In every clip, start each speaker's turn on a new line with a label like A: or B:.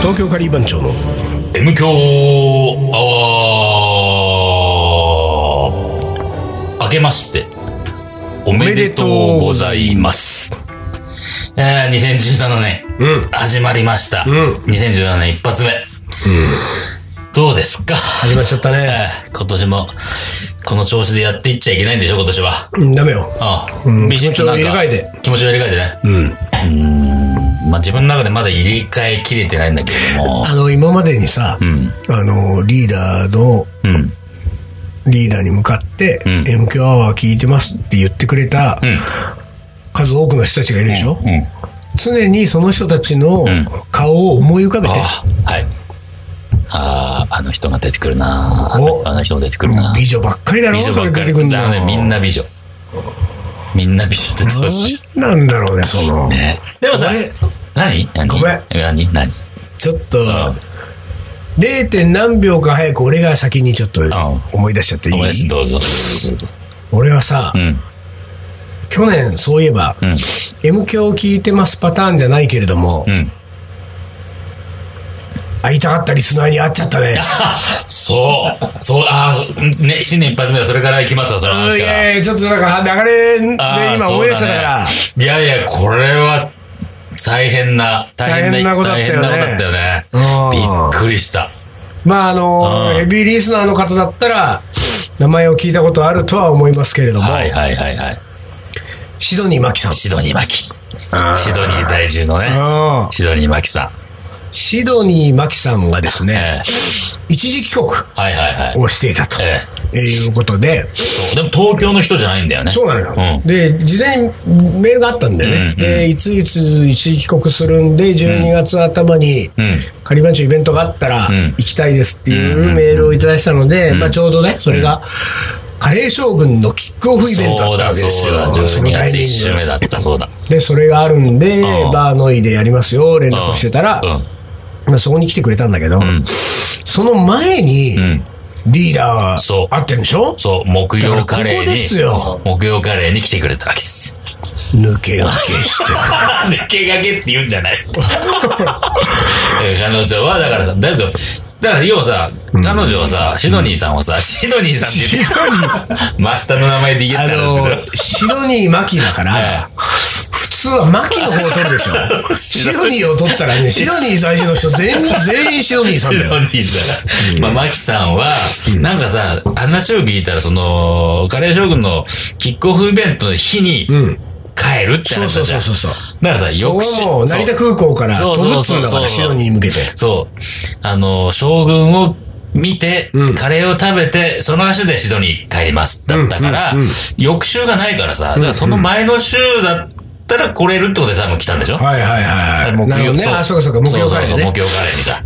A: 東京カリー番長の
B: M 強アワー明けましておめでとうございます。えー、2017年、
A: うん
B: 始まりました。
A: ん
B: 2017年一発目。どうですか
A: 始まっちゃった
B: え
A: ね
B: ー今年も、この調子でやっていっちゃいけないんでしょ、今年は。
A: うんダメよ
B: ああ、
A: ん
B: ビシッとなん
A: 気持ちを
B: か
A: 入れ替え
B: 気持ちを入れ替えてね。
A: うん
B: まあ自分の中でまだ入れ替えきれてないんだけれども。
A: あの今までにさ、あのリーダーの
B: うん。
A: リーダーに向かって「
B: ん
A: m q アワー聞いてます」って言ってくれた
B: うん。
A: 数多くの人たちがいるでしょ、
B: うん。
A: 常にその人たちの
B: ん
A: 顔を思い浮かべて、
B: ああ、はい。ああ、あの人が出てくるなあ
A: お
B: あの人も出てくるな
A: 美女ばっかりだろ
B: 美女ばっか
A: それ出
B: り。
A: てくん
B: 残
A: だ
B: 念みんな美女。みんな美女出てほしい。
A: なんだろうねその
B: ねでもさ
A: 俺、
B: 何何
A: ごめん
B: 何何
A: ちょっと 0. 点何秒か早く俺が先にちょっと思い出しちゃっていい
B: ごめんなさい、どうぞ。
A: 俺はさ、
B: ん
A: 去年そういえば、
B: ん
A: M 響を聞いてますパターンじゃないけれども、
B: うん。
A: 会いたかったリスナーに会っちゃった ね
B: そう。そう、ああ、ね、新年一発目はそれから行きますわ、その
A: うん
B: 話
A: い
B: から。
A: やいやちょっとなんか流れで
B: あー
A: 今思い出したから、
B: そうだねいやいや、これは、大変な、
A: 大変なことだったよね
B: 大変なことだったよね。
A: うん
B: びっくりした。
A: まああの
B: うん
A: ヘビーリスナーの方だったら名前を聞いたことあるとは思いますけれども、
B: はいはいはいはい。
A: シドニー真紀さん
B: シドニーマキ。シドニー在住のね、
A: うん
B: シドニーマキさん。
A: シドニー真紀さんがですね、
B: ええ
A: 一時帰国
B: はいはいはい。
A: をしていたと、
B: え
A: いうことで、
B: そうでも東京の人じゃないんだよね。
A: そうなのよ、
B: うん
A: で事前にメールがあったんだよね、
B: うんうん
A: でいついつ一時帰国するんで12月頭に、
B: うん
A: カリバンチイベントがあったら
B: ん
A: 行きたいですっていうメールをいただいたので、まあ、ちょうどねそれが、カレー将軍のキックオフイベントだ
B: そ
A: っ
B: う
A: た
B: だ
A: わけです
B: そう
A: よ
B: だ、
A: そ
B: 12
A: のタイ
B: 月
A: ミン
B: 1
A: グ
B: 週目だった、そうだ。
A: でそれがあるんで、
B: うん
A: バーノイでやりますよ連絡してたら、
B: うん。
A: まあ、そこに来てくれたんだけど、その前に、リーダーは
B: そう
A: 会ってるんでしょ
B: そう、木曜カレー
A: だから
B: に、
A: ここですよ
B: 木曜カレーに来てくれたわ けです。
A: 抜け駆けして
B: 抜けがけって言うんじ ゃない可能性は、だからさ、だけど、だから要はさ、彼女はさ、シドニーさんをさ、シドニーさんって言って、 真下の名前で言
A: あ
B: えたらだ
A: の
B: け、
A: シドニー・マキだから、普通はマキの方を取るでし ょ。シドニーを取ったらね、シドニー在住の人全員、全員シドニーさんだ
B: シド
A: よ。
B: ニーさん。まあ、マキさんは、なんかさ、話を聞いたら、その、カレー将軍のキックオフイベントの日に、
A: ん
B: 帰るって
A: そう
B: 話
A: そ
B: だ
A: う
B: じゃ
A: そ
B: ん
A: うそう。そう
B: だからさ、
A: こ
B: 翌週
A: はもう、成田空港から
B: そう
A: 飛ぶっつうんだか
B: そうそうそう
A: ら、シドニーに向けて。
B: そう。あの、将軍を見て、
A: うん
B: カレーを食べて、その足でシドニー帰ります。だったから、
A: うんうんうん
B: 翌週がないからさ、だからその前の週だったら来れるってことで多分来たんでしょ、
A: はいはいはいはい。なるほどね。あ、そうかそうか、木曜から
B: そうそうそう
A: ね
B: 木。曜カレーにさ。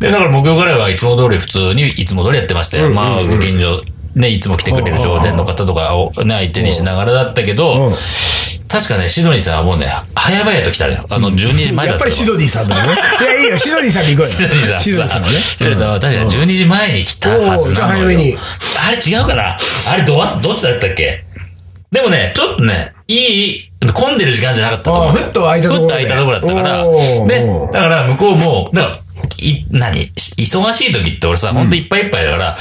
B: で、だから木曜カレーはいつも通り普通にいつも通りやってましたよ。まあ、ご近所、ね、いつも来てくれる常連の方とかをね、相手にしながらだったけ
A: う
B: ど
A: ん、
B: 確かね、シドニーさんはもうね、早々と来たのよ。あの、12時前だ
A: や
B: っ
A: っぱ
B: たと思う
A: りシドニーさんだよね。 いや、いいよ、シドニーさんで行こう
B: シド
A: よ
B: ニーさん。。
A: シドニーさんはね。
B: シドニーさんは確かに12時前に来たはずなのよ。
A: おーじゃあ早めに
B: あれ違うかなあれどわどっちだったっけでもね、ちょっとね、いい、混んでる時間じゃなかったと思う。
A: あーふっと空いたところで
B: ふっ空いたところだったから。
A: おー
B: ね、だから向こうも、だから、い、何し忙しい時って俺さ、ほんといっぱいいっぱいだから、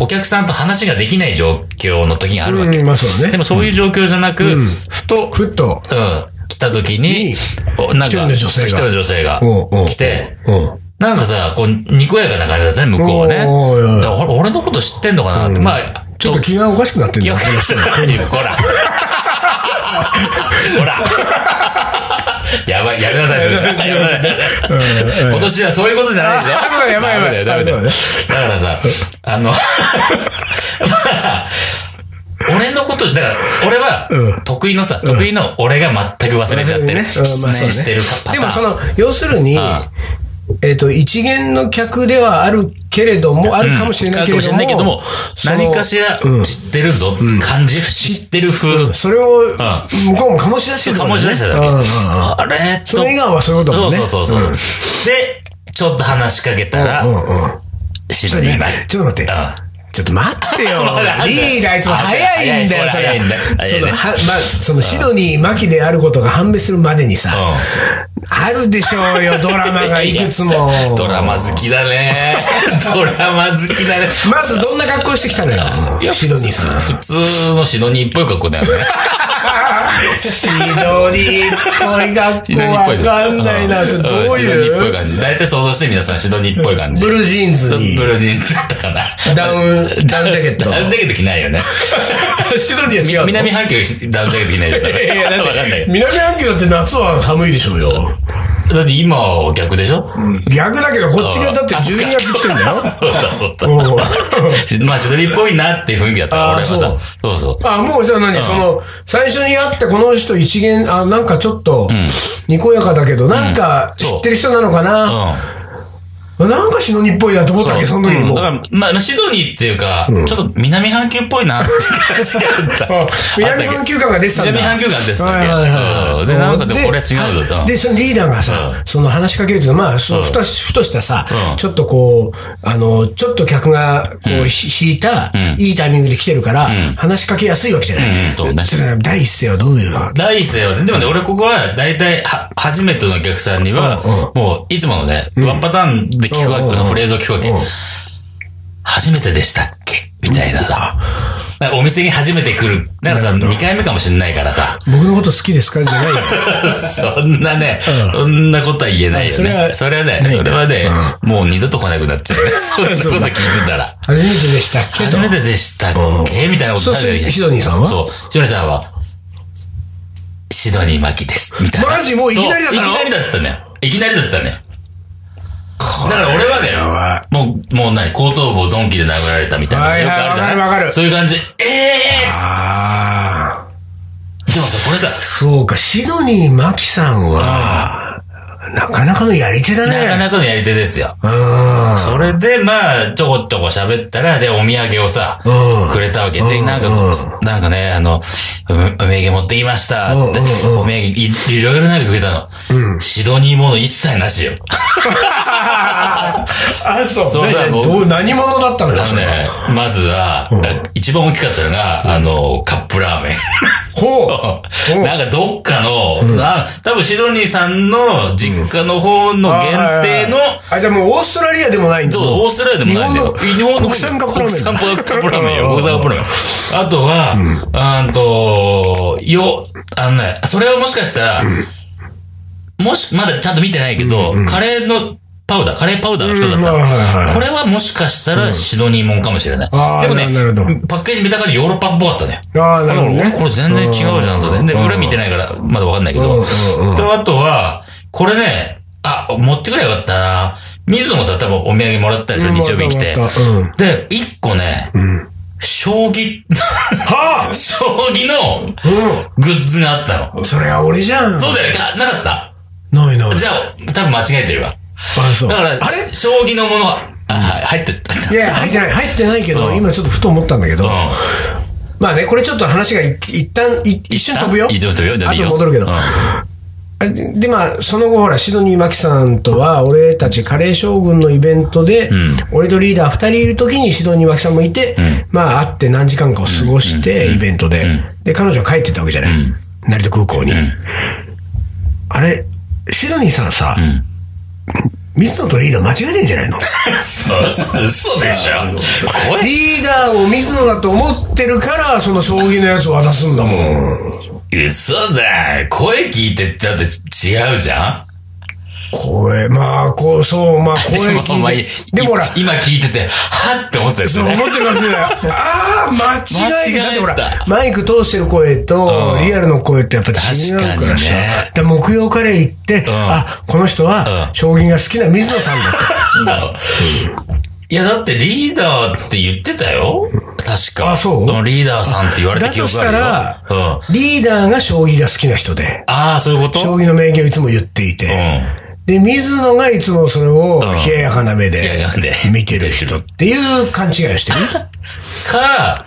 B: お客さんと話ができない状況の時があるわけ。
A: うんまあそうだね
B: でもそういう状況じゃなく、ふと、
A: ふっと。
B: うん、来た時に、おなん
A: 一
B: か、
A: 人の女性が
B: そう一人の女性が
A: うんうん
B: 来て、
A: うん。
B: なんかさ、こう、にこやかな感じだったね、向こうはね。だ
A: おーおいおい
B: から俺俺のこと知ってんのかなって、まあ、
A: ちょっと気がおかしくなってんだ
B: よ
A: よ
B: か。ったなに、 ほら。ほら。やばい、やめなさい、それ。やめなさい
A: うんうん
B: 今年はそういうことじゃない
A: あそうだやばいやばい
B: ダメだよ、ダメだよ。
A: あ
B: だからさ、あの、ま あ、俺のこと、だから、俺
A: う
B: は
A: ん、
B: 得意のさ、得意の俺が全く忘れちゃってる。
A: うんまあ
B: 失念
A: そうね
B: してるパ
A: で
B: ター
A: も
B: ン。
A: その、要するに
B: あ、
A: えっと、一元の客ではあるけれども、あるかもしれないけれども、その
B: 何かしら
A: うん
B: 知ってるぞ、感じ、知ってる風。
A: それを、向こうも醸し出して
B: かもし出しただ
A: け
B: け。
A: うんうんうん
B: あれと
A: それ以外はそういうことだもんね
B: そうそうそうそう。で、ちょっと話しかけた
A: うん
B: ら、
A: うん
B: シ
A: ちょ
B: ド
A: っと
B: ニ
A: ね
B: ーまで。
A: ちょっと待って
B: うん。
A: ちょっと待ってよ
B: まだ。
A: リーダーいつも早いんだよ、それ
B: 早いんだよ
A: その
B: 早いね
A: はまあ、そのシドニー・マキであることが判明するまでにさ、あるでしょうよ、ドラマがいく つも。
B: ドラマ好きだね。ドラマ好きだね。
A: まずどんな格好してきたのよ、シドニーさん。
B: 普通のシドニーっぽい格好だよね。
A: シドニーっぽい格
B: シドニ
A: 好
B: ーっぽ い
A: わかんないな、それどう
B: シドニーっぽ
A: い
B: いう感じ。大体想像して皆さんシドニーっぽい感じ。
A: ブルージーンズに
B: ブルージーンズだったかな。
A: ダウン、ダウンジャケ ット。
B: ダウンジャケット着ないよね。
A: シドニーは違うの。
B: 南半球しダウンジャケット着ないじゃん。
A: いやいやだっ
B: わ
A: て
B: かんないよ。
A: 南半球だって夏は寒いでしょうよ。
B: だって今は逆でしょ
A: 逆だけど、こっちがだって
B: あそ
A: 12
B: っか
A: 月来てんだよ。
B: そうだそうだ。
A: おう
B: まあ、シドニーっぽいなっていう雰囲気だったから、
A: あー
B: 俺はさ。
A: そう
B: そうそう。
A: あ、もうじゃあ何、その、最初に会ってこの人一元、あ、なんかちょっと、にこやかだけど、なんか知ってる人なのかな、
B: う
A: なんかシノニっぽいなと思ったわけ、
B: ん。
A: その時にもう。
B: だから、まあまあ、シドニーっていうか、ちょっと南半球っぽいなって感じだった。
A: あ南半球感が出てたんだ。
B: 南半球感です
A: はいはいはい
B: で、なんかでもこれは違うぞ
A: で、そのリーダーがさ、その話しかけるというのは、まあ、そうふとしふとしたさ、
B: うん
A: ちょっとこう、あの、ちょっと客がこう、ひ引いた、いいタイミングで来てるから、話しかけやすいわけじゃない。
B: うんうんそうね
A: それが第一声はどういう
B: 第一声はね、でもね、俺ここは大体は、初めてのお客さんには、もういつものね、ワンパターンで聞くわけ
A: うんうんうん
B: のフレーズを聞くわけ
A: うん。
B: 初めてでしたっけみたいなさ。だからお店に初めて来る。だからさ、2回目かもしれないから さ。
A: 僕のこと好きですかじゃない よ
B: そんなね、そんなことは言えないよ
A: それは
B: ね。それはね、
A: ないんだ
B: それはね、もう二度と来なくなっ ちゃうね。そんなこと聞いてたら。
A: 初めてでしたっけ
B: 初
A: と。
B: めてでしたっけみたいなこと
A: そう
B: なるよね
A: シドニーさんは
B: そう。シドニーさんは、シドニーマキです。みたいな。
A: マジもういきなりだったの
B: そういきなりだったね。いきなりだったね。だから俺はね
A: は、
B: もう、もう何、後頭部をドンキで殴られたみたいな。
A: はい
B: よく
A: はい
B: あるじゃな
A: わか
B: い
A: るわかる
B: そういう感じ。ええ
A: ああ。
B: でもさ、これさ、
A: そうか、シドニー・マキさんは、なかなかのやり手だ
B: なか
A: ね。
B: なかのやり手ですよ。
A: うん。
B: それで、まあ、ちょこちょこ喋ったら、で、お土産をさ、
A: うん
B: くれたわけ。で、なんか、なんかね、あの、おお土産持ってきましたって、
A: うんうんうん
B: お土産い、いろいろなんかくれたの。シドニーもの一切なしよ。
A: あ、そう。
B: そうだ
A: ね
B: 僕
A: どう何者だったのよ、
B: あ
A: そ
B: の
A: れは。
B: ね、まずは、一番大きかったのが、あの、カップラーメン。
A: ほう。 ほう
B: なんかどっかの、な多分シドニーさんの実家の方の限定の、
A: あ、じゃあもうオーストラリアでもないんだ。
B: そう、オーストラリアでもないんだよ。
A: 日本の国産カップラーメン
B: 国産カップラーメ
A: う
B: ン
A: ん
B: よ。国産カップラーメン。あとは、うんと、よ、あのね、それはもしかしたら、もし、まだちゃんと見てないけど、カレーのパウダー、カレーパウダーの人だった
A: うんはいはいは
B: の。
A: い
B: これはもしかしたらシドニーもんかもしれない。
A: あー
B: でもね
A: なるほどなる、
B: パッケージ見た感じヨーロッパっぽかったね。
A: ああ、なるほどね。
B: これ全然違うじゃんとね。で、裏見てないから、まだわかんないけど。と、あとは、これね、あ、持ってくればよかったな。水野もさ、多分お土産もらったでしょ、日曜日来て
A: うん。わかったわかっ
B: で、一個ね、将棋、
A: たは
B: 将棋の
A: あ
B: グッズがあったの。
A: うん。それは俺じゃん。
B: そうだよね、かなかった
A: ないない。
B: じゃあ、多分間違えてるわ。
A: あ、そう。
B: だから、
A: あれ
B: 将棋のものは、あ、はい入ってった。
A: いや、入ってない、入ってないけど、今ちょっとふと思ったんだけど、
B: う
A: まあね、これちょっと話がい一旦、い一瞬飛ぶよ
B: ん。。いいよ、いいよ、いいよ。
A: あと戻るけど
B: うん。
A: あで、まあ、その後、ほら、シドニー・マキさんとは、俺たちカレー将軍のイベントで、俺とリーダー二人いる時にシドニー・マキさんもいて、まあ、会って何時間かを過ごして、イベントで、で、彼女は帰ってったわけじゃない。成田空港に。あれ、シドニーさんさ、水野とリーダー間違えてんじゃないの
B: そう、そう嘘でしょ。これ、
A: リーダーを水野だと思ってるから、その将棋のやつを渡すんだもん。
B: 嘘だよ。声聞いてって、だって違うじゃん
A: 声、まあ、こう、そう、まあ、声
B: でもまあ
A: 聞
B: い
A: い
B: い
A: て。でもほら、
B: 今聞いてて、はっって思ったやつ
A: そう
B: ね。
A: 思ってる感じ だよ。ああ、間違えて
B: 間違えた
A: だってほら、マイク通してる声と、リアルの声ってやっぱ違うか
B: 確からに
A: さ
B: ね。
A: で木曜カレー行って、あ、この人は、将棋が好きな水野さんだ
B: いや、だってリーダーって言ってたよ確か。
A: あそう
B: のリーダーさんって言われ
A: と。だ
B: た記
A: と
B: 憶
A: した
B: あるよ。
A: ら
B: うん。、
A: リーダーが将棋が好きな人で、
B: ああ、そういうこと
A: 将棋の名言をいつも言っていて、
B: う
A: で、水野がいつもそれを、冷ややかな目で
B: 冷ややかで、
A: 見てる人っていう勘違いをしてる。
B: ん。か、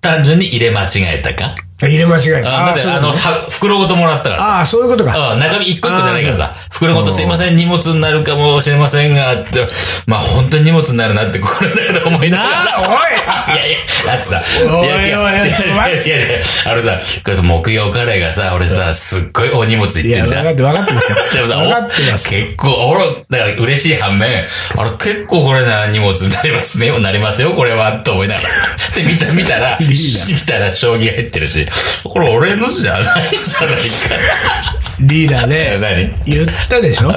B: 単純に入れ間違えたか。
A: 入れ間違えた。
B: あだっ
A: ー
B: て、
A: そう
B: あ
A: だ
B: の、
A: ね
B: は袋ごともらったからさ。
A: あー、そういうことか。
B: ああ中身一個一個じゃないからさ、袋ごとすいません、荷物になるかもしれませんが、って、まあ本当に荷物になるなって、これだけど思いながら。
A: あ
B: いやいや、だってさ、
A: おい
B: いや違う、
A: おいおい
B: 違う違う違う違う、あのさ、これさ、木曜カレーがさ、俺さ、すっごいお荷物い
A: おいい
B: って
A: や、
B: んじゃ
A: 分かっ
B: ん。
A: て、分かってますよ。
B: でもさ、
A: 分かってます。
B: 結構、おろ、だから嬉しい反面、あれ結構これな荷物になりますね、なりますよ、これは、と思いながら。 で、見た、見たら、
A: リー
B: 見たら、将棋入ってるし、これ俺のじゃないじゃない
A: リーダー
B: か。
A: ね、
B: 何
A: 言ったでし ょ
B: うん。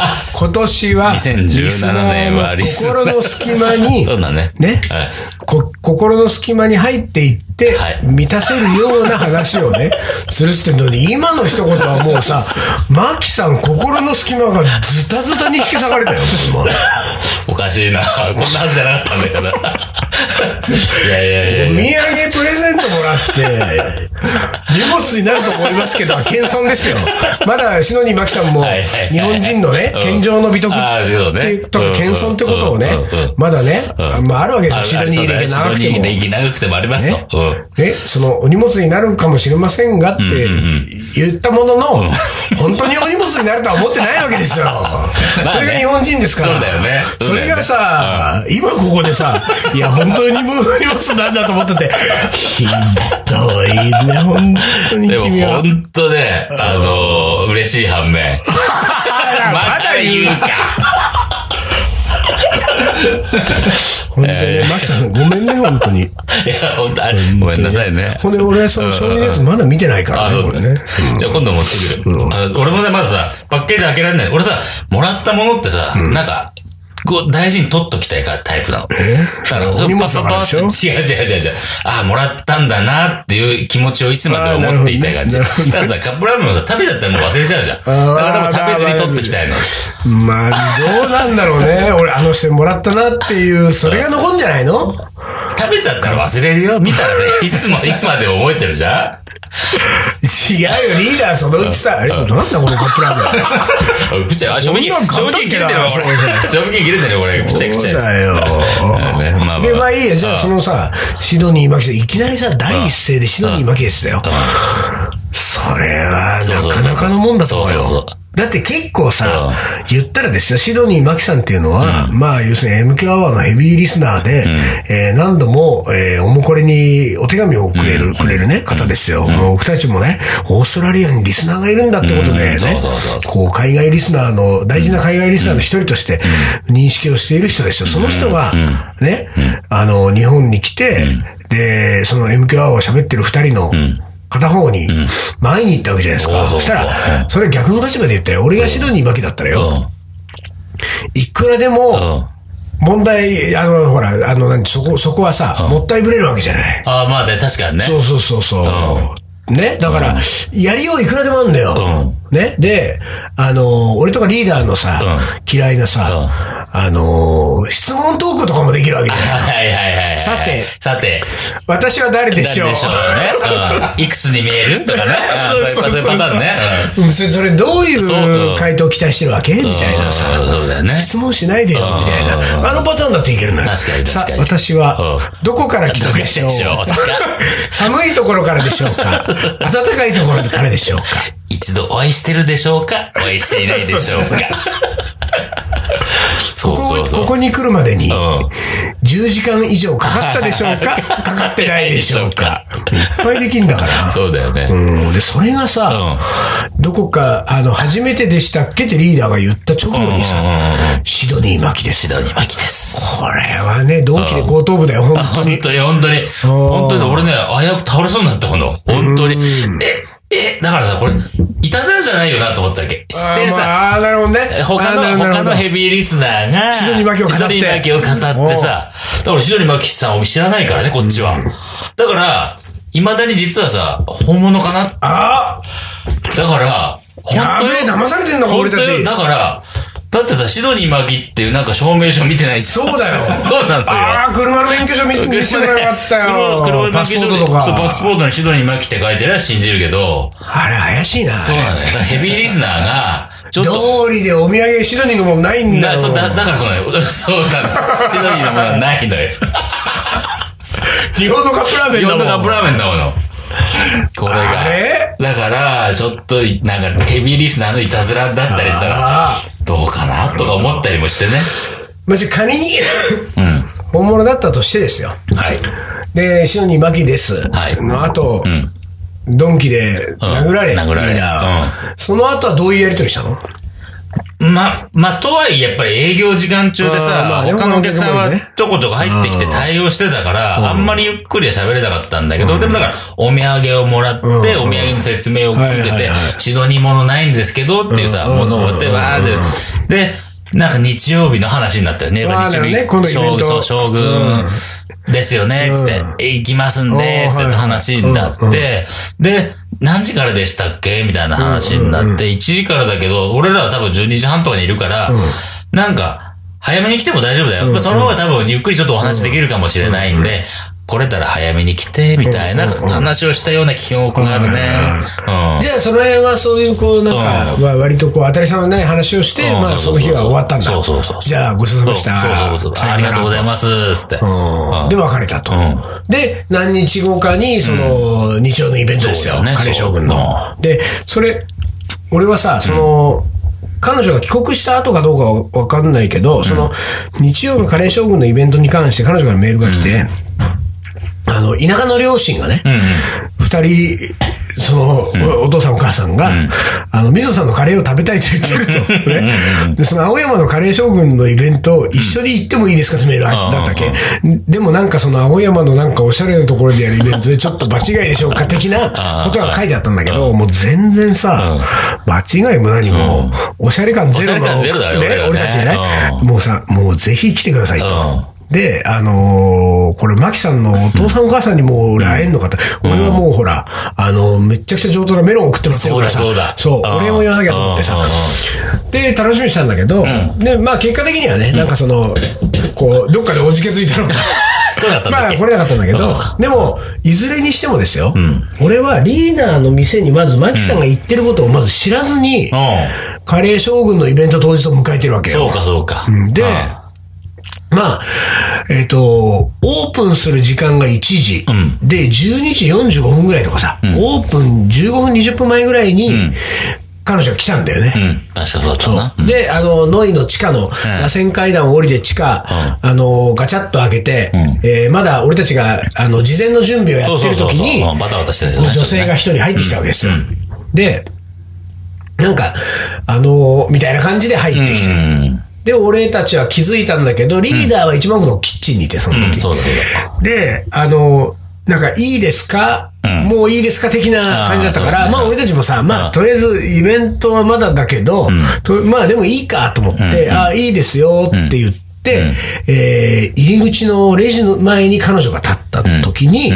B: あ、
A: 今年は、
B: 2017
A: リスナー
B: 年は
A: の
B: リスナー
A: 心の隙間に、
B: そうだね。
A: ね
B: はい
A: こ心の隙間に入っていって、
B: はい
A: 満たせるような話を ね、するってのに、今の一言はもうさ、マキさん心の隙間がズタズタに引き裂かれたよ、もう
B: おかし いな。こんなはずじゃなかったんだから。
A: お土
B: いやいやいやいや。
A: 産プレゼントもらって、荷物になると思いますけど、謙遜ですよ。まだ、篠に真紀さんも
B: はいはいはい、
A: 日本人のね
B: うん、
A: 健常の美徳
B: あーそ
A: っ
B: う
A: て
B: ね
A: いうとか、謙遜ってことをね
B: うんうんうんうん、
A: まだね、
B: ん
A: あまああるわけですよ。シドニー歴が長くても。
B: 歴長くてもありますと。うん。
A: ね、その、お荷物になるかもしれませんがって言ったものの、本当にお荷物になるとは思ってないわけ ですよ。
B: ね
A: それが日本人ですから。
B: そうだよね
A: それがさ、今ここでさ、いや、本当に荷物なんだと思ってて、ひどいね、本当に
B: でも
A: 君は。
B: 本当ね、あのー、嬉しい反 面。まだ言うか。
A: 本当にね、マキさん、ごめんね、本当に。
B: いや、本当あごめんなさいね。
A: ほんで、俺、その、将棋のやつまだ見てないから
B: あ、
A: ね、
B: そ
A: こ
B: う
A: れ
B: だ
A: ね
B: ね。。じゃあ今度持ってくる。あの俺もね、まださ、パッケージ開けられない。俺さ、もらったものってさ、なんか、こう、大事に取っときたいからタイプなの。だから、
A: お荷物だからでしょ
B: 違う違う違う違う。ああ、もらったんだなっていう気持ちをいつまでも持っていたい感じ。
A: あー
B: た
A: なるほどね
B: ださ、カップラーメンもさ、食べちゃったらもう忘れちゃうじゃん。だ
A: ー
B: からもう食べずに取っときたいの。
A: まあ、どうなんだろうね。俺、あの人にもらったなっていう、それが残んじゃないの
B: 食べちゃったら忘れるよ。見たらさ、いつも、いつまでも覚えてるじゃん
A: 違うよ、リーダー、そのうちさ、あれ、なんだこのカップラーメ ン。
B: くちゃ、あ、賞味期
A: こん
B: 限、
A: なの
B: 賞
A: 買ったっけな
B: 味期限切れてるわ、これ。賞味期限切れてるよ、これ。くちゃくちゃです。
A: よ。
B: ねまあまあ
A: で、まあいいや、じゃあそのさ、シドニー・マキさん、いきなりさ、第一声でシドニー・マキですよ。それは、なかなかのもんだと思う
B: そうそうそう
A: よ
B: そう。
A: だって結構さ、言ったらですよ、シドニー・マキさんっていうのは、まあ、要するに MK アワーのヘビーリスナーで、えー何度も、えーおもこれにお手紙をくれる、くれるね、方ですよ。もう僕たちもね、オーストラリアにリスナーがいるんだってことで
B: うんそう
A: ね
B: そうそう、
A: こう、海外リスナーの、大事な海外リスナーの一人として認識をしている人ですよ。その人が、ね、あの、日本に来て、で、その MQ アワーを喋ってる二人の、片方に、前に行ったわけじゃないですか。そう
B: そそうそう
A: したら、それ逆の立場で言ったよ。俺がシドニー負けだったらよ、いくらで
B: うん。う
A: も、
B: ん。
A: 問題、あの、ほら、あの、何、そこ、そこはさ、もったいぶれるわけじゃない。
B: ああ、まあね、確かにね。
A: そうそうそうそう。ね、だから、やりよういくらでもあるんだよ。ね、で、あのー、俺とかリーダーのさ、嫌いなさ、あのー、質問トークとかもできるわけじゃない。
B: はいはいはいはい。
A: さて
B: さて。
A: 私は誰で
B: なんで
A: し
B: しょ
A: ょう
B: うね。 うんいくつに見えるとかね。うんそういうそういうパターンね。
A: うんそれそれどういう回答を期待してるわけみ
B: うん
A: たいなさ。
B: うんそうだよね。
A: 質問しないでよ、みたいな。あのパターンだっていけるのよ。
B: 確かに確か
A: さ
B: に
A: 私は
B: うん、
A: どこから来たでしょう
B: どこから来たでしょ
A: 寒いところからでしょう か暖かいところからでしょうか
B: 一度お会いしてるでしょうかお会いしていないでしょうかそう
A: こ
B: そう
A: こ
B: そう。
A: ここに来るまでに、
B: うん
A: 10時間以上かかったでしょう かかかってないでしょうかいっぱいできんだから。
B: そうだよね。
A: うん、で、それがさ、どこか、あの、初めてでしたっけってリーダーが言った直後にさ、
B: うんうんうん
A: シドニー巻きです。
B: シドニーマキです。
A: これはね、同期で後頭部 だよ、本当
B: 本
A: に。
B: 当に、本当に。本当に、俺ね、危うく倒れそうになったもの。本当に。え、え、だからさ、これ、いたずらじゃないよなと思ったわけ。知ってる
A: あー
B: さ、
A: まああー、なるほどね。
B: 他の
A: あー、なる
B: 他
A: ほど
B: のヘビーリスナーが、
A: シドニーマキを語って
B: シドニーマキを語ってさ、だからシドニーマキさんを知らないからね、こっちは。だから、未だに実はさ、本物かな
A: あ
B: だから、
A: ーや
B: 本当
A: べえ、
B: よ。
A: 騙されてんのか、
B: 本
A: 俺
B: 当
A: たち。
B: よ。だから、だってさ、シドニーマキっていうなんか証明書見てないし。
A: そうだよ
B: そうなんだよ。
A: ああ、車の免許証見見せてもらえなかったよ。
B: 車の
A: パスポートとか。
B: そう、パスポートにシドニーマキって書いてりゃ信じるけど、
A: あれ、怪しいな。
B: そうなんだよ。だからヘビーリスナーが、ちょっと、
A: 道理でお土産シドニーのもんないんだ
B: だ
A: よ。
B: そうだだからそうだよ。 そうなんだよ。シド ニーのものはないのよ。
A: 日本のカップラーメン
B: 日
A: だも
B: 本
A: ん。
B: のカップラーメンだもの。これが
A: あれ。
B: だから、ちょっと、なんか、ヘビーリスナーのいたずらだったりしたら、
A: ああ。
B: どうかなとか思ったりもしてね。
A: まあ、じゃあ仮に
B: うん。
A: 本物だったとしてですよ。
B: はい。
A: で、シドニー・マキです。
B: はい
A: の後
B: う、ん。
A: ドンキで殴られ、
B: うん殴られ
A: リーダーその後はどういうやりとりしたの
B: ま、まあ、とはいえ、やっぱり営業時間中で
A: あーま
B: さ
A: あ、ね
B: 他のお客さん
A: 他のお
B: は
A: 客さんもね
B: ちょこちょこ入ってきて対応してたから、あんまりゆっくりは喋れなかったんだけど、でもだから、お土産をもらって、お土産の説明を受け
A: はいはい
B: て
A: は、
B: シドニーものないんですけどっていうさ、
A: うん
B: ものを持って、わーって。で、なんか日曜日の話になったよね。
A: あー
B: 日曜
A: なるほどね
B: 日、
A: このイベン
B: 将
A: ト
B: そう将軍ですよね、つって、行きますんで、つっ
A: うん
B: て話になって、で、何時からでしたっけみたいな話になって、1時からだけど、俺らは多分12時半とかにいるから、なんか、早めに来ても大丈夫だよ。その方が多分ゆっくりちょっとお話できるかもしれないんで、来れたら早めに来て、みたいな話をしたような記憶があるね。
A: じゃあ、その辺はそういう、こう、なんか、まあ割とこう、当たり障りのない話をして、
B: うん
A: まあ、その日は終わったんだ。
B: そうそうそうそう
A: じゃあ、ごちそうさ
B: うん。
A: までした。
B: そうそうそうそう。ありがとうございます、つって。
A: うんで、別れたと。
B: ん
A: で、何日後かに、その、日曜のイベントですよ。
B: そうだよね
A: 彼将軍の
B: そ。
A: で、それ、俺はさ、その、彼女が帰国した後かどうかはわかんないけど、その、日曜のカレー将軍のイベントに関して彼女からメールが来て、あの、田舎の両親がね、
B: うんうん。
A: 二人、その、おお父さんお母さんが、あの、みぞさんのカレーを食べたいと言ってると。ね、で、その青山のカレー将軍のイベント、一緒に行ってもいいですかってメール
B: うん
A: だったっけ。でもなんかその青山のなんかおしゃれなところでやるイベントでちょっと場違いでしょうか的なことが書いてあったんだけど、もう全然さ、場違いも何も、おしゃれ感ゼロの、
B: おしゃれ感ゼロだよ俺らね
A: 俺たちでね、
B: うん
A: もうさ、もうぜひ来てくださいと。
B: うん
A: で、あのーこれ、マキさんのお父さんお母さんにも俺会えんのかと。俺はもうほら、あのーめっちゃくちゃ上等なメロン送ってもらってるからさ。
B: そうだ
A: そ
B: そううだうん
A: 俺も言わなきゃと思ってさ
B: うん。
A: で、楽しみにしたんだけど、で、まあ結果的にはね、なんかその、こう、どっかでおじけづいたの か。
B: どうだったんだ
A: ま
B: っ
A: あ
B: け
A: 来れなかったんだけど
B: そうかそ、
A: でも、いずれにしてもですよ、俺はリーダーの店にまずマキさんが行ってることをまず知らずに、
B: う
A: カレー将軍のイベント当日を迎えてるわけ
B: ん。
A: よ。
B: そうか、そうか。
A: で
B: うん、
A: まあ、えっ、と、オープンする時間が1時、
B: う
A: で、12時45分ぐらいとかさ、オープン15分、20分前ぐらいに、彼女が来たんだよね。
B: うん。確かそうだったな。
A: で、あの、ノイの地下の、螺旋階段を降りて地下、あの、ガチャッと開けて、えーまだ俺たちが、あの、事前の準備をやってる時に、
B: うんバタバタしてたよね。
A: 女性が一
B: ち
A: 人入ってきたわけですよ。で、なんか、あのみたいな感じで入ってき
B: ょ
A: て
B: っと、ね。
A: で、俺たちは気づいたんだけど、リーダーは一番奥のキッチンにいて、その
B: うん。うん、
A: 時。
B: そうだ、そうだ。
A: で、あの、なんか、いいですか、もういいですか的な感じだったから、
B: あー
A: まあ、俺たちもさ、ま
B: う
A: あ、
B: ん
A: とりあえず、イベントはまだだけど、とまあ、でもいいかと思って、ああ、いいですよって言って、えー入り口のレジの前に彼女が立った時に、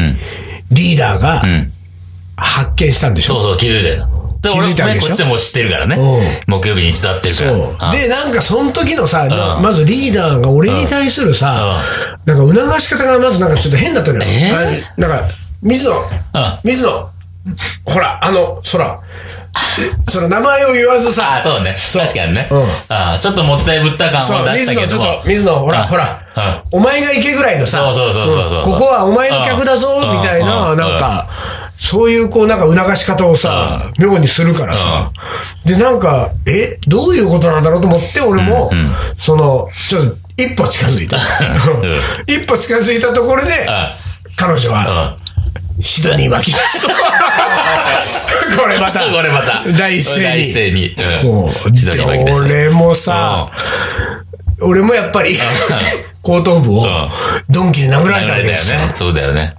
A: リーダーが
B: ん
A: 発見したんでしょ
B: そうそう、気づいたよ。で、
A: 気づ
B: 俺
A: いたわけで
B: ね、
A: しょ
B: こっちはもう知ってるからね
A: う。
B: 木曜日に一度会ってるか
A: そ
B: ら。
A: う
B: うん。
A: で、なんかその時のさ、ままずリーダーが俺に対するさ、なんか促し方がまずなんかちょっと変だったのよ。
B: えー
A: あなんか、水野
B: ん、
A: 水野、ほら、あの、そら、えその名前を言わずさ、
B: あそうね。確かにね
A: うん。
B: あちょっともったいぶった感
A: そう
B: は出し
A: 水
B: たけ
A: 野、ち
B: ど
A: ょっ
B: も。
A: と、水野、ほら、
B: うん
A: ほら、
B: う
A: お前が行けぐらいのさ、
B: そうそうそうそうそう
A: ここはお前の客だぞ、
B: うん
A: みたいな、
B: うん
A: なんか、そういうこう、なんか促し方をさ、妙にするからさ。で、なんか、え、どういうことなんだろうと思って、俺も、その、ちょっと、一歩近づいた。 一歩近づいたところで、彼女
B: うん。
A: は、
B: うん
A: シドニー巻きです と。これまた、
B: これまた。
A: 第一声
B: 第一
A: に。
B: 声に。うん
A: こう、
B: 一度に負け
A: で
B: てさ
A: 俺もさ、俺もやっぱり、後頭部を
B: ん
A: ドンキで殴
B: うん
A: られ
B: 流
A: たわけ
B: れだ
A: で
B: よ
A: すよ。
B: ね。そうだよね。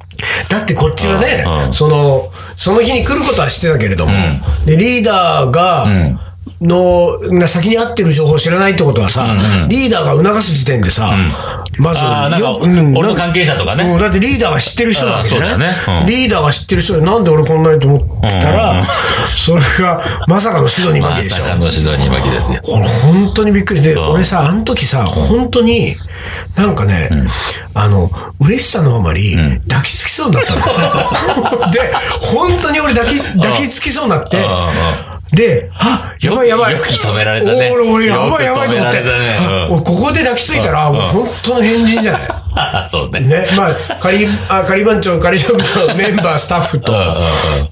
A: だってこっちはね、
B: うん
A: その、その日に来ることは知ってたけれども、で、リーダーが、の、な先に会ってる情報を知らないってことはさ、リーダーが促す時点でさ、まず
B: ああ、なんか、
A: ようん
B: 俺の関係者とかね。
A: うんだってリーダーが知ってる人だわけ
B: あそうだよねうん
A: リーダーが知ってる人でなんで俺こんなにと思ってたら、それがまさかのシドニーま
B: ま
A: ででしょ
B: さ。かのシドニー巻きですよ。
A: 俺本当にびっくりで、俺さ、あの時さ、本当に、なんかね、あの、嬉しさのあまり、抱きつきそうになったの。 で、本当に俺抱き、抱きつきそうになって
B: うん、うん
A: で、あ、やばいやばい。
B: よく止められたね
A: 俺、俺、やばいや
B: よ
A: ばい
B: く
A: と
B: 止
A: 思っ
B: めら
A: て
B: れたね。
A: あ
B: うん
A: 俺、ここで抱きついたら、もう本当の変人じゃない。
B: そうね。
A: ね、まあ、仮、あ、仮番長、仮職のメンバー、スタッフと、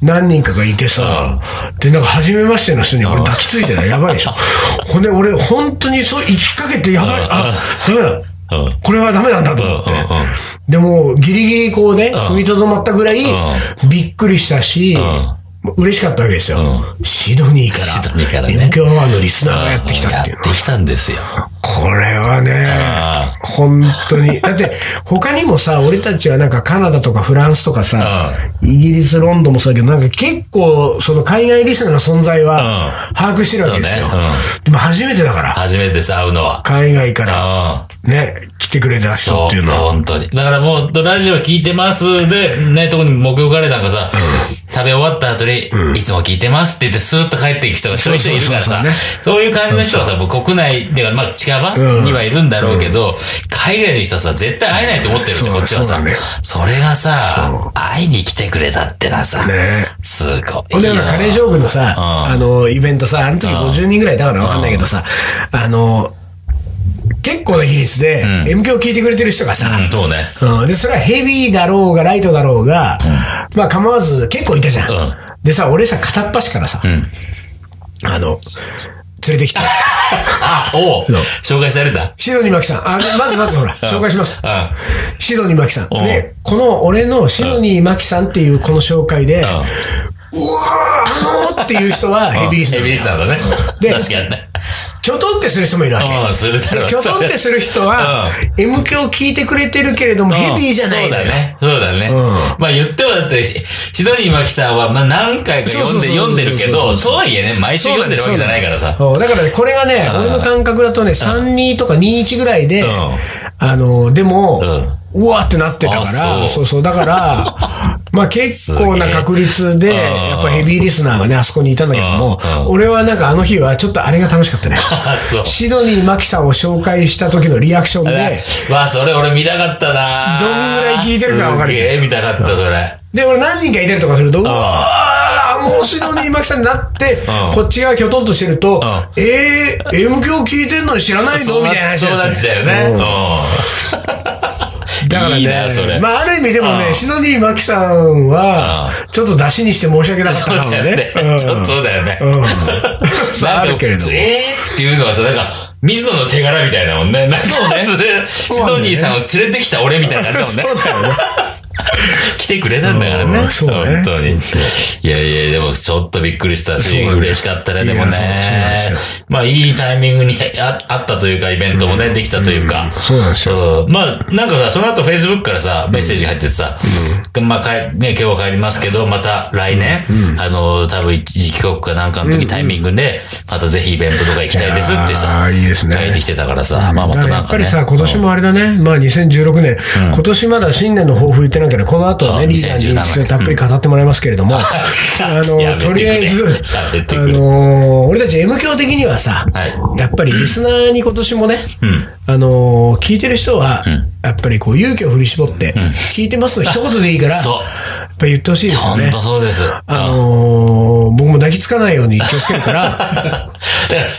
A: 何人かがいてさ、で、なんか、初めましての人に俺抱きついてたやばいでしょ。ほんで、俺、本当にそう、行きかけて、やばい、あ、ダメだ。
B: うん。
A: これはダメなんだと
B: うん
A: 思って。
B: うんうん。
A: でも、ギリギリこうね、踏みとどまったぐらい、びっくりしたし、嬉しかったわけですよ。シドニーから、
B: シドニーからね
A: 勉強アワーのリスナーがやってきた
B: や
A: っていう
B: っ
A: の。
B: てきたんですよ。
A: これはね、
B: あ
A: 本当 に。だって、他にもさ、俺たちはなんかカナダとかフランスとかさ、イギリス、ロンドンもそうだけど、なんか結構、その海外リスナーの存在は、把握してるわけですよ。
B: そうね
A: でも初めてだから、
B: 初めてさ、会うのは。
A: 海外から
B: ああ。
A: ね、来てくれた人
B: そ
A: っていう
B: う、
A: のは。
B: 本当に。だからもう、ラジオ聞いてますで、ね、特に木曜カレーなんかさ、食べ終わった後に、いつも聞いてますって言って、スーッと帰っていく人が一人一人いるから
A: そうそうそうそう
B: さ
A: ね、
B: そういう感じの人はさ、もう国内では、まあ近場
A: うん
B: にはいるんだろうけど、海外の人はさ、絶対会えないと思ってるじ
A: そ
B: ゃん、
A: う
B: こっちは
A: そ
B: さ
A: うだね。
B: それがさ、会いに来てくれたってなさ、
A: ね
B: すご
A: ほ
B: い
A: んで、
B: よ。
A: あのカレー将軍のさ、
B: うん
A: あの、イベントさ、あの時50人ぐらいいたからわかんないけどさ、あの、結構な比率で、M 響聞いてくれてる人がさ、
B: うん、そうね。
A: うん、で、それはヘビーだろうが、ライトだろうが、まあ構わず結構いたじゃん。
B: うん
A: でさ、俺さ、片っ端からさ、
B: ん
A: あの、連れ てきた。
B: あ、おう紹介された。
A: シドニーマキさん。あ、まずまずほら、紹介します。
B: う
A: シドニーマキさん。
B: ん
A: で、この俺のシドニーマキさんっていうこの紹介で、うわーあのーっていう人はヘビー
B: ん。
A: リスナー
B: ヘビーリスナーだね。
A: で
B: 確かにね。
A: きょとんってする人もいるわけ。
B: うんするだろう
A: きょとんってする人は、M 響聞いてくれてるけれども、ヘビーじゃない
B: そうだ。ね。そうだね。
A: ん
B: まあ言ってもだって、シシドニーマキさんは、まあ何回か読
A: そうそうそう
B: んで、
A: そう
B: 読んでるけ
A: そうそう
B: ど、
A: そう
B: とはいえね、毎週読んでるわけじゃないからさ。
A: そうだからね、これがね、俺の感覚だとね、32とか21ぐらいで、
B: ん
A: あの、でも、うわーってなってたか
B: あそ
A: ら、
B: う
A: そうそう、だ から、まあ結構な確率で、
B: すげえうん
A: やっぱヘビーリスナーがね、あそこにいたんだけども
B: うんう、ん
A: 俺はなんかあの日はちょっとあれが楽しか ったね。
B: あ、そう。
A: シドニー・マキさんを紹介した時のリアクションで、
B: わあ、それ俺見たかったな
A: どんぐらい聞いてるかわかる
B: すげえ見たかった、それ。
A: で、俺何人かいたりとかすると、うわー、もうシドニー・マキさんになって、
B: うん
A: こっち側きょとんとしてると、えー、M 響聞いてんのに知らないの
B: そう
A: み
B: な
A: たいな話
B: そう
A: だ
B: な
A: っ
B: ったちゃうよね。
A: うん
B: うん。
A: だからね、
B: いいな、それ。
A: まあ、ある意味でも
B: う
A: ね、
B: ん
A: シノニー・マキさんは、ちょっと出しにして申し訳なかった
B: そう
A: かも
B: だよ
A: ね
B: ね。。
A: うん
B: ちょっとそうだよね。
A: うんそう
B: な
A: あ
B: んか
A: るけれども
B: えーっていうのはさ、なんか、水野の手柄みたいなもんね。なんかそうね。シドニーさんを連れてきた俺みたいな感じだもん ね。
A: そうだよね。
B: 来てくれたんだから
A: う
B: ね。
A: んそうね
B: 本当に。いやいや、でもちょっとびっくりしたし、
A: そうだね
B: 嬉しかったね、でも
A: い
B: ね
A: やそうなんで。
B: まあ、いいタイミングにああったというか、イベントもね、できたというか。
A: そうなんですよ。
B: うんまあ、なんかさ、その後 Facebook からさ、メッセージ入っててさ、まあ、帰ね、今日は帰りますけど、また来年、あの、多分一時帰国かなんかの時タイミングで、またぜひイベントとか行きたいですって
A: あ
B: さ、
A: ーいいですね
B: 書いてきてたからさ、まあ、
A: だ
B: ま
A: か
B: た
A: ら
B: な
A: や
B: ん
A: っぱ
B: かね。
A: りさ、今年もあれだね、まあ2016年、今年まだ新年の抱負言ってないから、この後はね、
B: あ
A: リーダーに一度たっぷり語ってもらいますけれど も、あ
B: や
A: の、
B: めて
A: と
B: くれ
A: りあえず、
B: やめて
A: あ
B: くれ
A: の、俺たち M 教的にはさ、
B: はい
A: やっぱりリスナーに今年もね、
B: ん
A: あの、聞いてる人は、やっぱりこう勇気を振り絞って、聞いてますの一言でいいから、やっ
B: そう
A: ぱり言ってほしいですよ
B: 本
A: ね。
B: 当そうです。
A: あの僕も抱きつかないように気をつける から、
B: だから、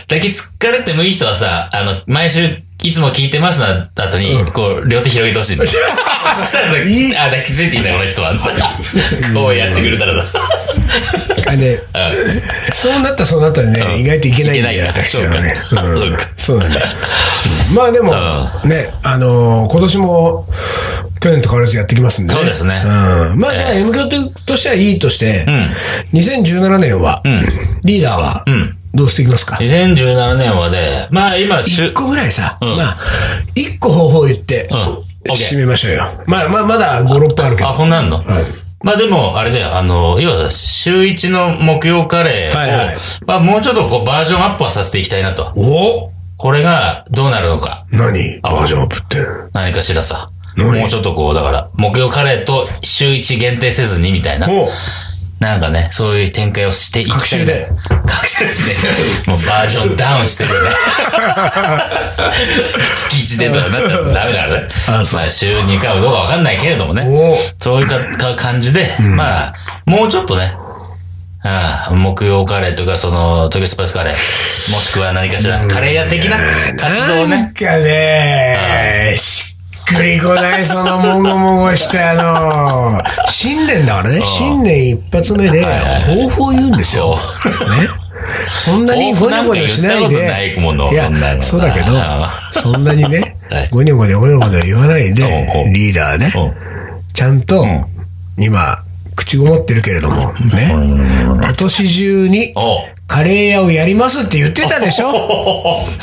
B: 抱きつかれてもいい人はさ、あの、毎週、いつも聞いてますの後に、こう、両手広げてほしい の。そしたらさ、
A: いい
B: あ、抱きついていいんだ、こ の人は。こうやってくれたらさ。
A: あれね、そうなったらそうなったらね、意外といけないんだ
B: いけ
A: よ、
B: ないんだ
A: 私はね。
B: そうかそうか
A: んそうなんだよ。うんまあでも、ね、あのー今年も、去年と変わらずやってきますんで、
B: そうですね
A: んまあじゃあ、M 響としてはいいとして、2017年は、リーダーは、どうしていきますか、
B: 2017年はね、まあ今、しゅ
A: 一個ぐらいさ、
B: ん
A: まあ、一個方法言って、
B: んオッケー
A: 締めましょうよ。まあ、まあ、まだ5、6分あるけ
B: あ、
A: ど。
B: こんなんの、まあでも、あれだよ、あの、要はさ、週一の木曜カレーを、
A: はいはい
B: まあもうちょっとこうバージョンアップはさせていきたいなと。
A: お
B: これがどうなるのか。
A: 何バージョンアップって。
B: 何かしらさ。
A: 何
B: もうちょっとこう、だから、木曜カレーと週一限定せずにみたいな。
A: お
B: なんかね、そういう展開をしていきたい。
A: 隔週で。
B: 各週ですね。もうバージョンダウンしてるね。月一でとかなっちゃうとダメだからね。
A: あそう
B: まあ、週2回はどうかわかんないけれどもね。
A: お
B: そういうかか感じで、まあ、もうちょっとね、ああ木曜カレーとか、その、東京スパイスカレー、もしくは何かしら、カレー屋的な活動を
A: な
B: ね
A: ん、かね、しっくりこない、そのもごもごして、あ の新年だからね、新年一発目で、抱負を言うんですよ。ね。そんなにごにょごにょしないで。
B: 抱負なんか言ったことないもの
A: いや
B: そんなの、
A: そうだけど、そんなにね
B: はい、
A: ごにょごにょごにょごにょ言わない
B: うん
A: で
B: う、ん
A: リーダーね、
B: う
A: ちゃんと、今、口ごもってるけれども、ね、今年中に
B: ん、おう
A: カレー屋をやりますって言ってたでしょ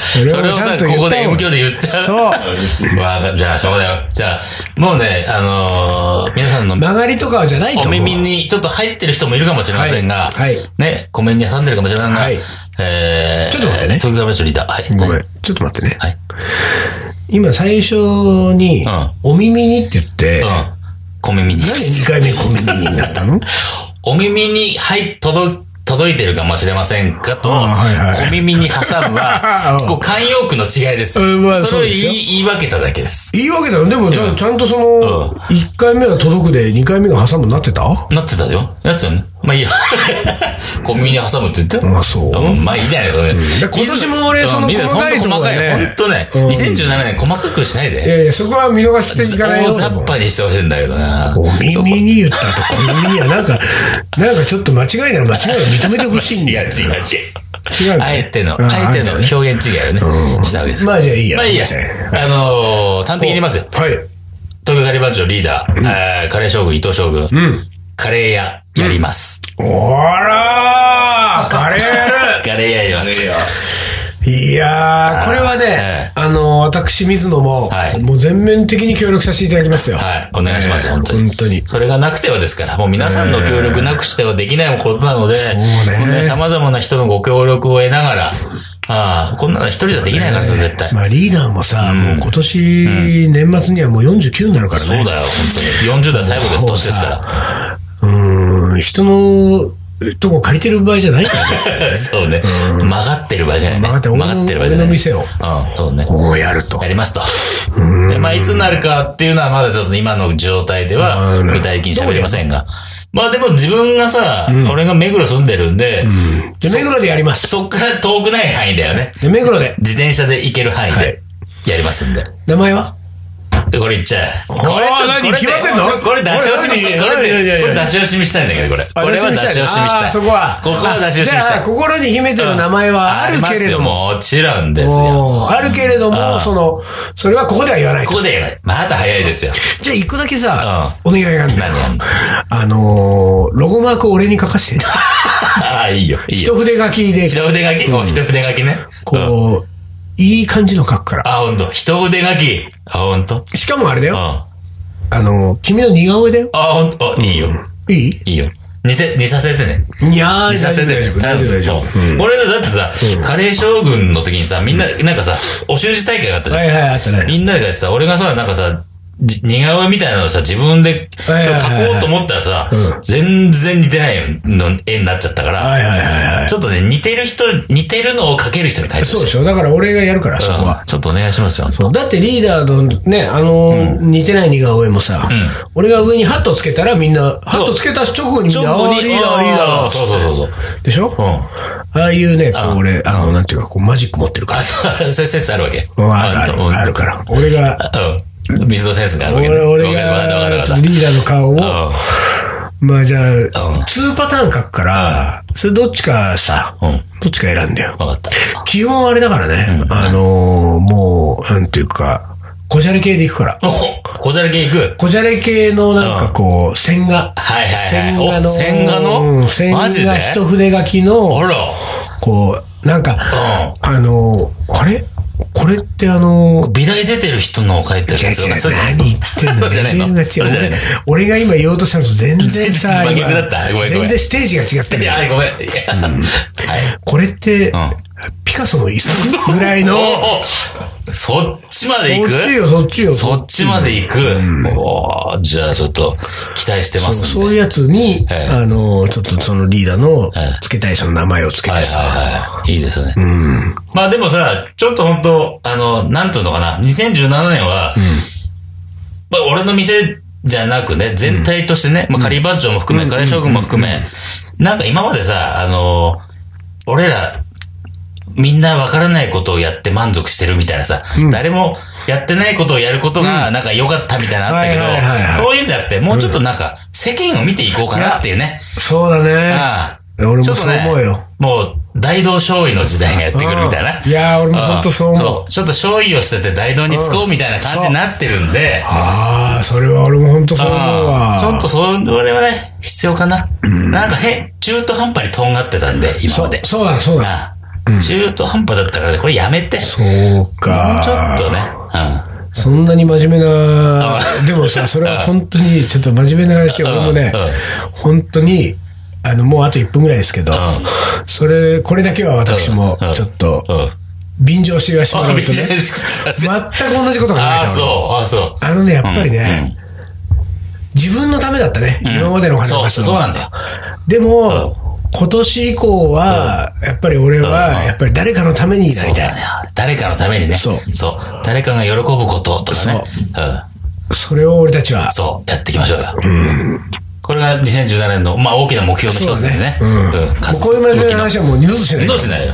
B: そ
A: れを
B: れを
A: ちゃ
B: さ
A: んと言った方が
B: ここで M 響で言った。
A: そう
B: わかじゃあ、しょうがないよ。じゃあ、もうね、あのー皆さんの
A: 曲がりとかじゃないと
B: お
A: 思う。
B: 耳にちょっと入ってる人もいるかもしれませんが、
A: はいはい
B: ね、コメントに挟んでるかもしれませんが、
A: はい
B: えー、
A: ちょっと待ってね
B: 東京ガラジオリーダー。はい。
A: ごめん、ちょっと待ってね。
B: はい。
A: 今最初に、お耳にって言って、
B: うん。小耳に。
A: なんで2回目小耳になった の
B: お耳に、はい、届、届いてるかもしれませんかと、
A: あはいはい
B: 小耳に挟む は
A: う、ん
B: こう、慣用句の違いです。
A: うんまあ
B: それを
A: そうで
B: 言い
A: すよ
B: 言い分けただけです。
A: いいわけだよ。でもちゃん、ちゃんとその、
B: うん
A: 1回目は届くで2回目が挟むなってた
B: なってたよ。なってたよね。まあいいや。 小耳に挟むって言ってた
A: まあそう。
B: うんまあいいじゃないか、ね。
A: で今年も俺その
B: 水野
A: 細かいとこ
B: ほんと細
A: ろ
B: か
A: ね
B: いよ。ほんとね。
A: うん
B: 2017年細かくしない
A: い
B: で。
A: やいや、そこは見逃していかないよ
B: 大雑把にしてほしいんだけどな。
A: お
B: そう
A: 耳に言ったと小耳にはなんか、 なんかちょっと間違いなら間違いを認めてほしいん
B: 違う
A: だ
B: 違
A: よ。
B: う違
A: 違う
B: う。
A: の
B: あえての、
A: うん
B: あえての表現違いをね、したわけです。
A: まあじゃあいいや
B: まあいいや
A: ごめんな。
B: あのー、端的に言いますよ。
A: はい。
B: 東京カリバン長リーダー、えーカレー将軍、伊藤将軍、
A: ん
B: カレー屋、やります。
A: おらーカレーやる
B: カレー屋やります。
A: いやー、これは
B: え
A: ね、あの、私、水野も
B: はい、
A: もう全面的に協力させていただきますよ。
B: はい、お願いします、
A: えー
B: 本当に。
A: 本当に。
B: それがなくてはですから、もう皆さんの協力なくしてはできないことなので、
A: うね
B: もうね様々な人のご協力を得ながら、ああ、こんなの一人じゃできないからさ、絶対。
A: まあ、リーダーもさ、もう今年、年末にはもう49になるから
B: そう
A: ね。
B: だよ、本当に。40代最後です、
A: もう
B: 年ですか
A: さ
B: ら。
A: うーん、人のとこ借りてる場合じゃないからね。
B: そうね。曲がってる場合じゃないね。
A: 曲がって俺の
B: じゃない。
A: 俺の店を
B: うん、そうね。
A: もうやると
B: や。りますと。で、まあ、いつになるかっていうのはまだちょっと今の状態では
A: うん
B: 具体的に喋りませんが。まあでも自分がさ、俺が目黒住んでるんで、
A: で、目黒でやります。
B: そっから遠くない範囲だよね。
A: で、目黒で。
B: 自転車で行ける範囲
A: はい
B: でやりますんで。
A: 名前は
B: で、これ言っちゃえ。これちょっと、
A: 何
B: これね
A: 決まってんの
B: これ出し惜しみして、
A: おい
B: これ
A: おいおいおいおいお
B: ね
A: い
B: これ出し惜しみしたいんだけど、これ。こ
A: あ
B: れは出し惜しみした
A: あ
B: い。
A: ーそこは。
B: ここは出し惜しみし
A: あじ
B: た
A: ゃあ、
B: い。
A: 心に秘めてる名前はあるけれども。
B: も。もちろんです
A: お
B: よ。
A: ーあるけれども、その、それはここでは言わないと
B: こ。こでやばい、まだ早いですよ。
A: じゃあ、一個だけさ、お願いがあるんだよ
B: 何。
A: あのー、ロゴマークを俺に書かせて。
B: ああ、いいよ、いい
A: 一
B: よ。
A: 筆書きで、
B: 一筆書き、もう一筆書きね。うん
A: こう、いい感じの書くから。
B: あ、ほんと。一筆書き。あ、ほんと。うん。
A: しかもあれだよ。
B: あ、
A: あのー、君の似顔絵だよ。
B: ほんと。あいいよ。
A: いい
B: いいよ。似せ、似させてね。
A: にゃー
B: 似さ
A: 大丈
B: せ
A: 夫
B: て
A: 大丈夫大丈夫大丈夫。
B: 夫。うん俺だってさ、カレー将軍の時にさ、みんな、なんかさ、お習字大会があったじゃん
A: はいはい、あったね。
B: みんながさ、俺がさ、なんかさ、じ似顔絵みたいなのをさ、自分で書
A: はいはいはいはい
B: こうと思ったらさ
A: う、
B: 全然似てないの絵になっちゃったか
A: はいはいはいは
B: ら、
A: い
B: ちょっとね、似てる人、似てるのを描ける人に書いてほしい。
A: そうでしょ。だから俺がやるから、そこは
B: うん。ちょっとお願いしますよ。
A: だってリーダーのね、あのー、似てない似顔絵もさ、
B: ん
A: 俺が上にハットつけたらみんな、ハットつけた直後にみんな、
B: 直後に
A: あーリーダー、リー
B: あ
A: ダ
B: そうそうそうそう。
A: ー。でしょ、
B: うん。
A: ああいうね、こう俺、あの、なんていうか、こうマジック持ってるか
B: あ、そう、そういうセンスあるわけ。
A: ら。うんあるあ
B: うん
A: る、あるから。俺が、
B: うん。水のセンスがあるわけ
A: 俺
B: ね。
A: 俺
B: わかるわかるわかるわ
A: が
B: かる
A: リーダーの顔を、まあじゃあ、
B: ん
A: 2パターン書くから、それどっちかさ、
B: うん。うん。
A: どっちか選んだよ。
B: わかった。
A: 基本あれだからね、あのー、もう、なんていうか、こじゃれ系でいくから。
B: お小じゃれ系行く。
A: こじゃれ系のなんかこう、線画。
B: はいはい
A: 線
B: は
A: 画
B: い。
A: の、
B: お線画
A: うん
B: の
A: 線画
B: マジで
A: 一筆書きの、
B: あら。
A: こう、なんか、
B: う
A: あの、あれこれってあの、
B: 美大出てる人のを書いてる
A: 違う
B: やつ
A: 違う
B: そうじゃない
A: 何言ってん
B: そ
A: の
B: うじゃな
A: レ
B: い
A: ベ
B: の
A: ルが違
B: そう
A: う
B: じゃないの。
A: 俺が今言おうとしたのと全然さ、
B: 全然
A: 今
B: 真逆だったごめんごめん
A: 全然ステージが違って
B: い
A: ね。
B: や、ごめん。いやはい。
A: これって
B: ん、
A: ピカソの遺作ぐらい の、そ
B: おおそっちまで行
A: っ
B: く
A: ちよ、そっちよ。
B: そっちまで行く。おーじゃあちょっと期待してますんで。
A: そういうやつに、
B: はい
A: あの、ちょっとそのリーダーの
B: はい
A: つけたいその名前をつけ
B: は
A: て
B: い
A: さ、
B: はいはい。いいですね。まあでもさ、ちょっと本当あの、なんていうのかな、2017年は、まあ俺の店じゃなくね、全体としてね、まあカリー番長も含め、カレー将軍も含め、なんか今までさ、あの、俺ら、みんなわからないことをやって満足してるみたいなさ、誰もやってないことをやることが、なんか良かったみたいなのあったけど
A: はいはいはいは、い
B: そういうんじゃなくて、もうちょっとなんか、世間を見ていこうかなっていうね。
A: そうだね
B: あ。あ
A: 俺もそう思う
B: ちょっと
A: よ
B: ね。もう、大道醤油の時代がやってくるみたいな。
A: うんいやー俺も本当そう思うん
B: ちょっと醤油を捨てて大道に使おうみたいな感じになってるんで、
A: ああ、それは俺も本当そう思うわ。
B: ちょっとそう、俺はね、必要かな。なんか、へ、中途半端にとんがってたんで、今まで。
A: そうだ、そうだ。
B: ああ中途半端だったからね、これやめて。ちょ
A: そう
B: っ
A: か。
B: とね。
A: そんなに真面目な、でもさ、それは本当に、ちょっと真面目な話、
B: うん
A: 俺もね
B: う、
A: 本当に、あの、もうあと1分ぐらいですけど
B: ん、
A: それ、これだけは私も
B: うん、
A: ちょっと、
B: うん。うん。
A: 便乗して言わせてもらうとね、
B: あ、
A: 全く同じこと考えち
B: あ、
A: ゃう
B: そう
A: の。、
B: あ、そう。
A: あのね、やっぱりね、自分のためだったね、今までのお金
B: そう、
A: 貸し
B: そう
A: の
B: なんだよ。
A: でも、今年以降は、やっぱり俺は、やっぱり誰かのためになりたい。
B: 誰かのためにね。
A: そう
B: そう。誰かが喜ぶこととかね。うん。
A: それを俺たちは、
B: そう、やっていきましょうよ。これが2017年の、まあ大きな目標の一つだよね。
A: そうだねうん
B: うん。
A: もうこういう真面目な話はもう二度としない
B: 二
A: から
B: 度としないよ。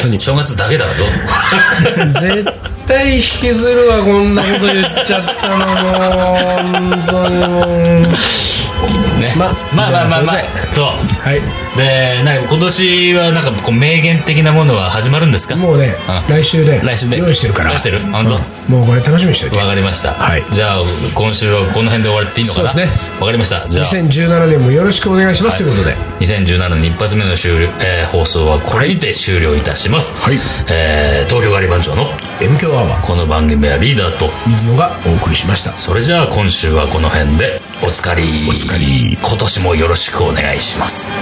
B: これ、正月だけだぞ。
A: 絶対引きずるわこんなこと言っちゃったのもう本当にもう
B: ね。
A: ま
B: まあまあまあまあ
A: じゃあ。
B: そう。
A: はい
B: で、なんか今年はなんかこう名言的なものは始まるんですか
A: もうね
B: うん
A: 来週で
B: 来週で。
A: 用意してるから
B: 用意してる本当。
A: もうこれ楽しみにしておいて
B: わかりました。
A: はい
B: じゃあ、今週はこの辺で終わっていいのかな
A: そうですね。
B: わかりました。じゃあ。
A: 2017年もよろしくお願いしますということで
B: 2017年一発目の終了、えー放送はこれにて終了いたします。
A: はい
B: えー東京ガリバン長の
A: M 強アワー
B: この番組はリーダーと、
A: 水野がお送りしました
B: それじゃあ今週はこの辺でおつかり。お
A: つかり
B: 今年もよろしくお願いします。